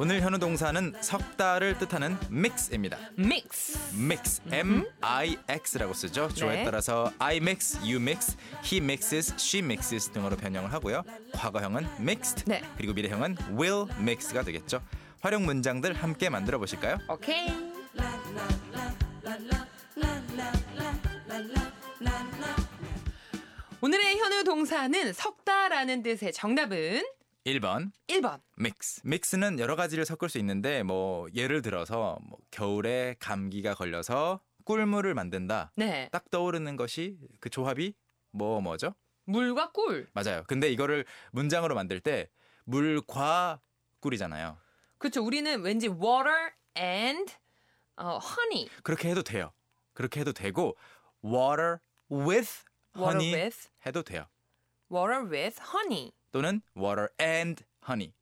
오늘 현우 동사는 석다를 뜻하는 mix입니다. 믹스. mix m i x라고 쓰죠. 주어에 네. 따라서 I mix, you mix, he mixes, she mixes 등으로 변형을 하고요. 과거형은 mixed, 네. 그리고 미래형은 will mix가 되겠죠. 활용 문장들 함께 만들어 보실까요? 오케이. 오늘의 현우 동사는 석다라는 뜻의 정답은 1번 1번. 믹스. 믹스는 여러 가지를 섞을 수 있는데 뭐 예를 들어서 뭐 겨울에 감기가 걸려서 꿀물을 만든다. 네. 딱 떠오르는 것이 그 조합이 뭐 뭐죠? 물과 꿀. 맞아요. 근데 이거를 문장으로 만들 때 물과 꿀이잖아요. 그렇죠. 우리는 왠지 water and 어, honey. 그렇게 해도 돼요. 그렇게 해도 되고 water with water honey with 해도 돼요. water with honey. 또는 water and honey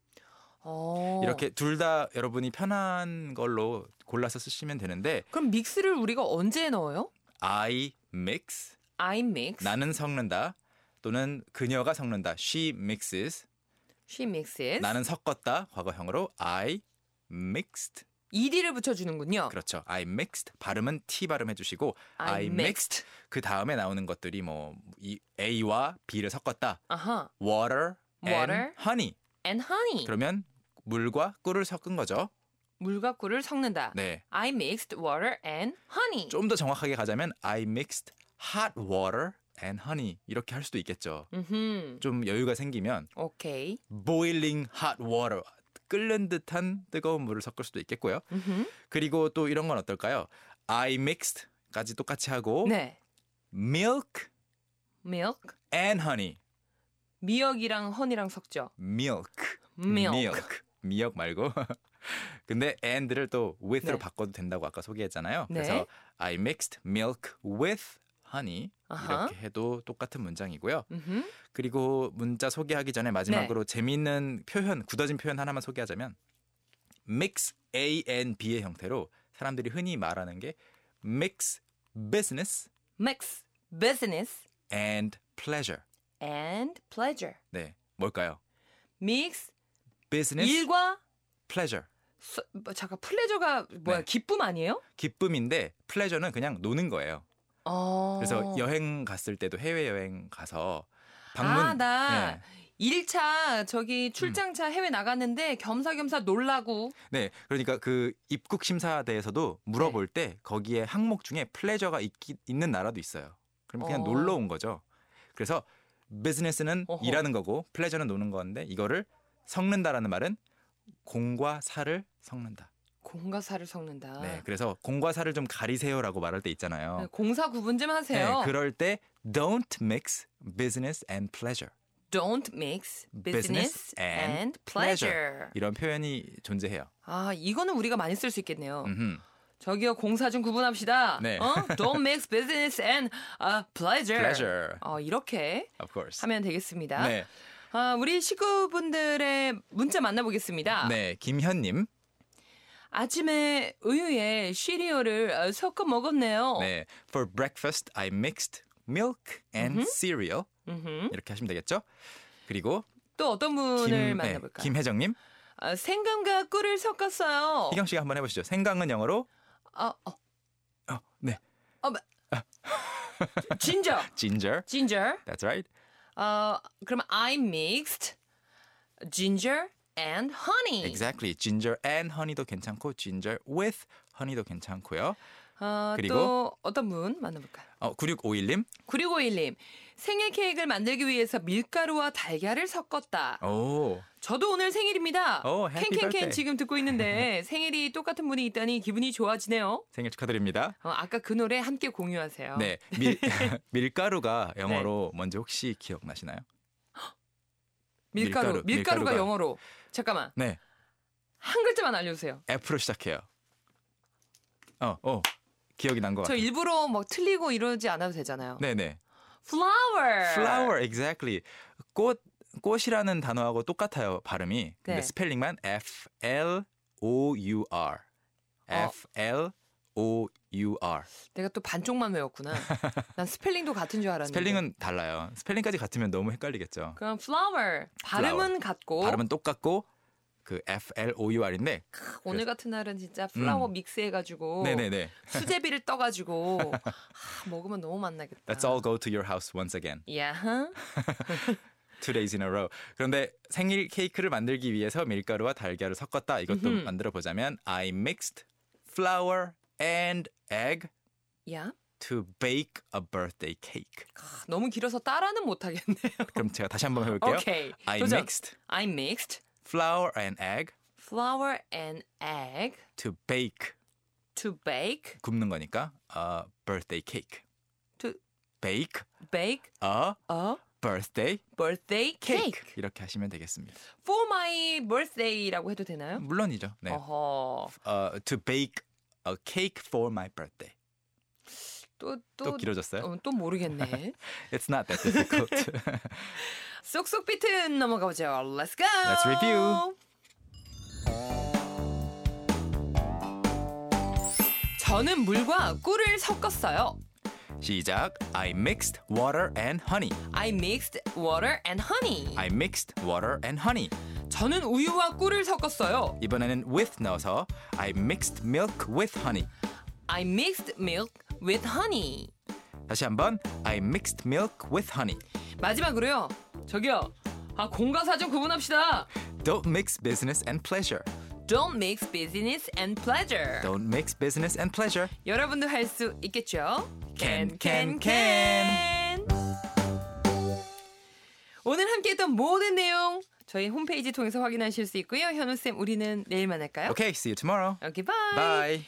어. 이렇게 둘 다 여러분이 편한 걸로 골라서 쓰시면 되는데 그럼 믹스를 우리가 언제 넣어요? I mix I mix. 나는 섞는다 또는 그녀가 섞는다 she mixes she mixes. 나는 섞었다 과거형으로 I mixed ed를 붙여 주는군요. 그렇죠 I mixed 발음은 t 발음 해주시고 I I mixed 그 다음에 나오는 것들이 뭐 이 A와 B를 섞었다 아하. water, Water. and honey and honey. 그러면 물과 꿀을 섞은 거죠. 물과 꿀을 섞는다. 네. I mixed water and honey. 좀 더 정확하게 가자면 I mixed hot water and honey 이렇게 할 수도 있겠죠. 음. 좀 여유가 생기면 오케이. boiling hot water 끓는 듯한 뜨거운 물을 섞을 수도 있겠고요. 음흠. 그리고 또 이런 건 어떨까요? I mixed까지 똑같이 하고 네. milk 어? milk. and honey. 미역이랑 허니랑 섞죠. milk. milk. milk. 미역 말고. 근데 and를 또 with로 네. 바꿔도 된다고 아까 소개했잖아요. 네. 그래서 I mixed milk with honey 아하. 이렇게 해도 똑같은 문장이고요. 음흠. 그리고 문자 소개하기 전에 마지막으로 네. 재미있는 표현, 굳어진 표현 하나만 소개하자면 mix A and B의 형태로 사람들이 흔히 말하는 게 mix business mix business and pleasure. and pleasure. 네, 뭘까요? mix business 일과 pleasure. 수- 뭐, 잠깐 플레저가 뭐야? 네. 기쁨 아니에요? 기쁨인데 pleasure는 그냥 노는 거예요. 어. 그래서 여행 갔을 때도 해외 여행 가서 방문 아, 나 네. 음. 1차 저기 출장차 해외 나갔는데 겸사겸사 놀라고 네, 그러니까 그 입국 심사대에서도 네. 물어볼 때 거기에 항목 중에 플레저가 있기, 있는 나라도 있어요. 그럼 그냥 어. 놀러 온 거죠. 그래서 비즈니스는 어허. 일하는 거고 플레저는 노는 건데 이거를 섞는다라는 말은 공과 사를 섞는다. 공과 사를 섞는다. 네, 그래서 공과 사를 좀 가리세요라고 말할 때 네, 있잖아요. 네, 공사 구분 좀 하세요. 그럴 때 don't mix business and pleasure Don't mix business, Business and and pleasure. 이런 표현이 존재해요. 아, 이거는 우리가 많이 쓸 수 있겠네요. 음흠. 저기요, 공사 좀 구분합시다. 네. 어? Don't mix business and uh, pleasure. pleasure, 어, 이렇게 of course. 하면 되겠습니다. 네, 아, 우리 식구분들의 문자 만나보겠습니다. 네, 김현님. 아침에 우유에 시리얼을 어, 섞어 먹었네요. 네, for breakfast I mixed milk and cereal 음흠. 이렇게 하시면 되겠죠. 그리고 또 어떤 분을 네, 만나볼까요? 김혜정님, 아, 생강과 꿀을 섞었어요. 희경 씨가 한번 해보시죠. 생강은 영어로 아, 어, 어, 네, 진저. ginger. ginger. That's right. 어, 그럼 I mixed ginger and honey. Exactly. Ginger and honey도 괜찮고 ginger with honey도 괜찮고요. 어, 그리고? 또 어떤 분 만나볼까요? 어, 9651님. 9651님. 생일 케이크를 만들기 위해서 밀가루와 달걀을 섞었다. 오. 저도 오늘 생일입니다. 어. 오, happy 캔캔캔 birthday. 지금 듣고 있는데 생일이 똑같은 분이 있다니 기분이 좋아지네요. 생일 축하드립니다. 어, 아까 그 노래 함께 공유하세요. 네. 밀, 밀가루가 영어로 네. 뭔지 혹시 기억나시나요? 밀가루, 밀가루, 밀가루 가 밀가루가- 영어로 잠깐만 네. 한 글자만 알려주세요. F로 시작해요. 어, 어. 기억이 난 것 저 같아요. 일부러 막 틀리고 이러지 않아도 되잖아요. 네, 네. flower, flower exactly 꽃 꽃이라는 단어하고 똑같아요 발음이 근데 네. 어. 스펠링만 F L O U R F L O U R. 내가 또 반쪽만 외웠구나. 난 스펠링도 같은 줄 알았는데. 스펠링은 달라요. 스펠링까지 같으면 너무 헷갈리겠죠. 그럼 flower 발음은 Flower. 같고 발음은 똑같고 그 F L O U R인데 크, 오늘 같은 날은 진짜 flower 믹스해가지고 음. 네네네. 수제비를 떠가지고 아, 먹으면 너무 맛나겠다. Let's all go to your house once again. 야하. Two days in a row. 그런데 생일 케이크를 만들기 위해서 밀가루와 달걀을 섞었다. 이것도 음흠. 만들어 보자면 I mixed flour and egg 야. to bake a birthday cake. 아, 너무 길어서 따라는 못하겠네요. 그럼 제가 다시 한번 해볼게요. 오케이. I 도전. mixed I mixed flour and egg flour and egg to bake to bake 굽는 거니까 a birthday cake. to Bake bake a a birthday birthday cake. cake. 이렇게 하시면 되겠습니다. for my birthday라고 해도 되나요? 물론이죠. 네. 어허. 어, to bake a cake for my birthday. 또 또, 또 길어졌어요? 어, 또 모르겠네. It's not that difficult. 쏙쏙 비트 넘어가보죠. Let's go. Let's review. 저는 물과 꿀을 섞었어요. 시작. I mixed water and honey. I mixed water and honey. I mixed water and honey. 저는 우유와 꿀을 섞었어요. 이번에는 with 넣어서 I mixed milk with honey. I mixed milk with honey. 다시 한번 I mixed milk with honey. 마지막으로요. 저기요. 아 공과사 좀 구분합시다. Don't mix business and pleasure. Don't mix business and pleasure. Don't mix business and pleasure. 여러분도 할 수 있겠죠? Can, can, can. 오늘 함께했던 모든 내용 저희 홈페이지 통해서 확인하실 수 있고요. 현우 쌤, 우리는 내일 만날까요? Okay, see you tomorrow. 오케이, 바이. Bye.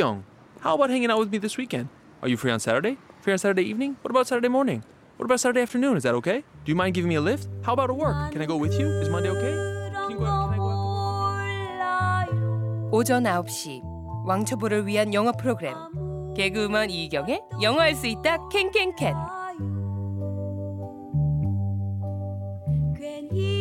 Young, how about hanging out with me this weekend? Are you free on Saturday? Free on Saturday evening? What about Saturday morning? What about Saturday afternoon? Is that okay? Do you mind giving me a lift? How about a work? Can I go with you? Is Monday okay? Can you go out? Can I go out? 오전 9시 왕초보를 위한 영어 프로그램 개그우먼 이경의 영어할 수 있다 캔캔캔 괜히